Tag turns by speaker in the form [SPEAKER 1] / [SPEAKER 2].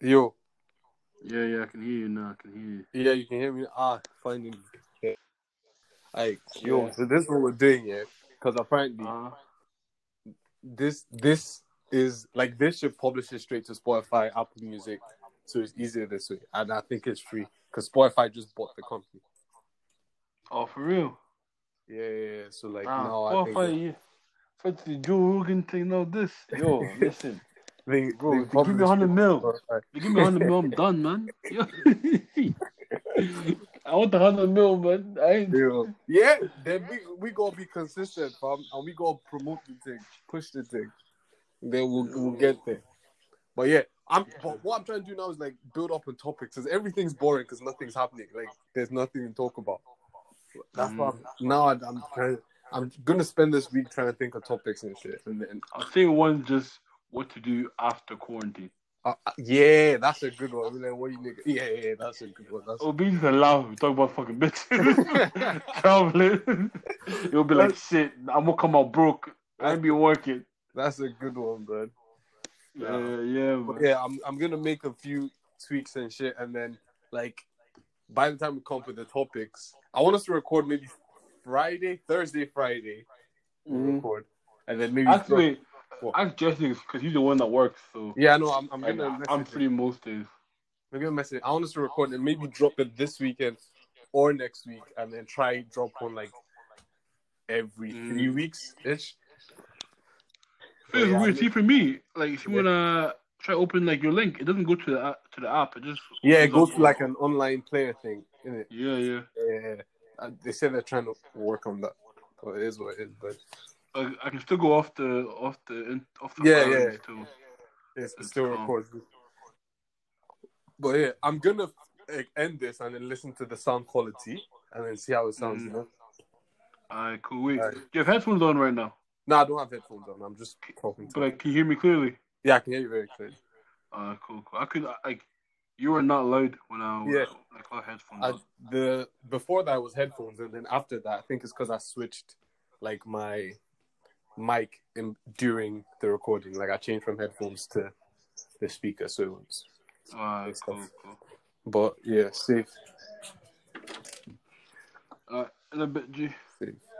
[SPEAKER 1] Yo,
[SPEAKER 2] Yeah, yeah, I can hear you now. I can hear you.
[SPEAKER 1] yeah, you can hear me. Ah, finally. Yeah. Like, yo,
[SPEAKER 2] Yeah.
[SPEAKER 1] so this is what we're doing, yeah. Because apparently,
[SPEAKER 2] Uh,
[SPEAKER 1] this this is like this should publish it straight to Spotify, Apple Music, so it's easier this way, and I think it's free because Spotify just bought the company.
[SPEAKER 2] oh, for real?
[SPEAKER 1] Yeah, yeah, yeah. so like
[SPEAKER 2] Ah,
[SPEAKER 1] now I
[SPEAKER 2] oh,
[SPEAKER 1] think
[SPEAKER 2] for you. For the Joe Rogan thing, all this. Yo, listen.
[SPEAKER 1] they,
[SPEAKER 2] Bro,
[SPEAKER 1] they
[SPEAKER 2] if you give
[SPEAKER 1] publish
[SPEAKER 2] me 100
[SPEAKER 1] it on
[SPEAKER 2] mil.
[SPEAKER 1] Spotify.
[SPEAKER 2] You give me 100 mil, I'm done, man. Yo. I want the 100 mil, man. I ain't.
[SPEAKER 1] Yo. Yeah, then we we gotta be consistent, fam, and we gotta promote the thing, push the thing. Then we'll we'll get there. But yeah, I'm. But what I'm trying to do now is like build up on topics, because everything's boring, because nothing's happening. Like there's nothing to talk about. That's why I'm, now I- I'm trying. I'm gonna spend this week trying to think of topics and shit, and then
[SPEAKER 2] I'll say one just what to do after quarantine.
[SPEAKER 1] uh, uh, yeah, that's a good one. I'll be like, what you nigga? Yeah, yeah, that's a good one. That's
[SPEAKER 2] It'll be the laugh. We talk about fucking bitches. Traveling. You'll be like, shit, I'm gonna come out broke. I ain't be working.
[SPEAKER 1] that's a good one, bro.
[SPEAKER 2] Yeah, yeah, man.
[SPEAKER 1] But yeah, I'm I'm gonna make a few tweaks and shit, and then like by the time we come up with the topics, I want us to record maybe Friday, Thursday, Friday, we'll
[SPEAKER 2] Mhm.
[SPEAKER 1] record, and then maybe
[SPEAKER 2] Actually,
[SPEAKER 1] What?
[SPEAKER 2] ask Justin because he's the one that works. So
[SPEAKER 1] yeah, no, I'm I'm
[SPEAKER 2] like,
[SPEAKER 1] gonna message
[SPEAKER 2] I'm
[SPEAKER 1] him.
[SPEAKER 2] free most days.
[SPEAKER 1] I'm gonna message. I want us to record and maybe drop it this weekend or next week, and then try drop one like every
[SPEAKER 2] Mm.
[SPEAKER 1] three weeks ish. But
[SPEAKER 2] It's
[SPEAKER 1] yeah,
[SPEAKER 2] weird.
[SPEAKER 1] I
[SPEAKER 2] See, for me, like if you
[SPEAKER 1] Yeah.
[SPEAKER 2] wanna try open like your link, it doesn't go to the app- to the app. It just
[SPEAKER 1] Yeah, it
[SPEAKER 2] opens up
[SPEAKER 1] goes to like an online player thing, innit?
[SPEAKER 2] yeah, yeah.
[SPEAKER 1] Yeah, Uh, they say they're trying to work on that. Well, it is what it is, but
[SPEAKER 2] I, I can still go off the off the in- off the
[SPEAKER 1] Yeah,
[SPEAKER 2] files
[SPEAKER 1] yeah.
[SPEAKER 2] too.
[SPEAKER 1] It's,
[SPEAKER 2] It's
[SPEAKER 1] still
[SPEAKER 2] calm.
[SPEAKER 1] recording. But yeah, I'm gonna like, end this and then listen to the sound quality and then see how it sounds.
[SPEAKER 2] Mm.
[SPEAKER 1] You know?
[SPEAKER 2] Alright, cool. Wait,
[SPEAKER 1] Alright.
[SPEAKER 2] do you have headphones on right now,
[SPEAKER 1] No, I don't have headphones on. I'm just talking.
[SPEAKER 2] but
[SPEAKER 1] To
[SPEAKER 2] like, can you hear me clearly?
[SPEAKER 1] yeah, I can hear you very clearly.
[SPEAKER 2] Alright, cool, cool. I could I- like, you were not loud when I
[SPEAKER 1] Yeah.
[SPEAKER 2] like without headphones.
[SPEAKER 1] I,
[SPEAKER 2] on.
[SPEAKER 1] the before that was headphones, and then after that, I think it's because I switched like my mic in, during the recording. Like I changed from headphones to the speaker, so it was.
[SPEAKER 2] Alright,
[SPEAKER 1] it's
[SPEAKER 2] cool,
[SPEAKER 1] off.
[SPEAKER 2] cool.
[SPEAKER 1] But yeah, safe,
[SPEAKER 2] Alright, in a bit, G.
[SPEAKER 1] safe.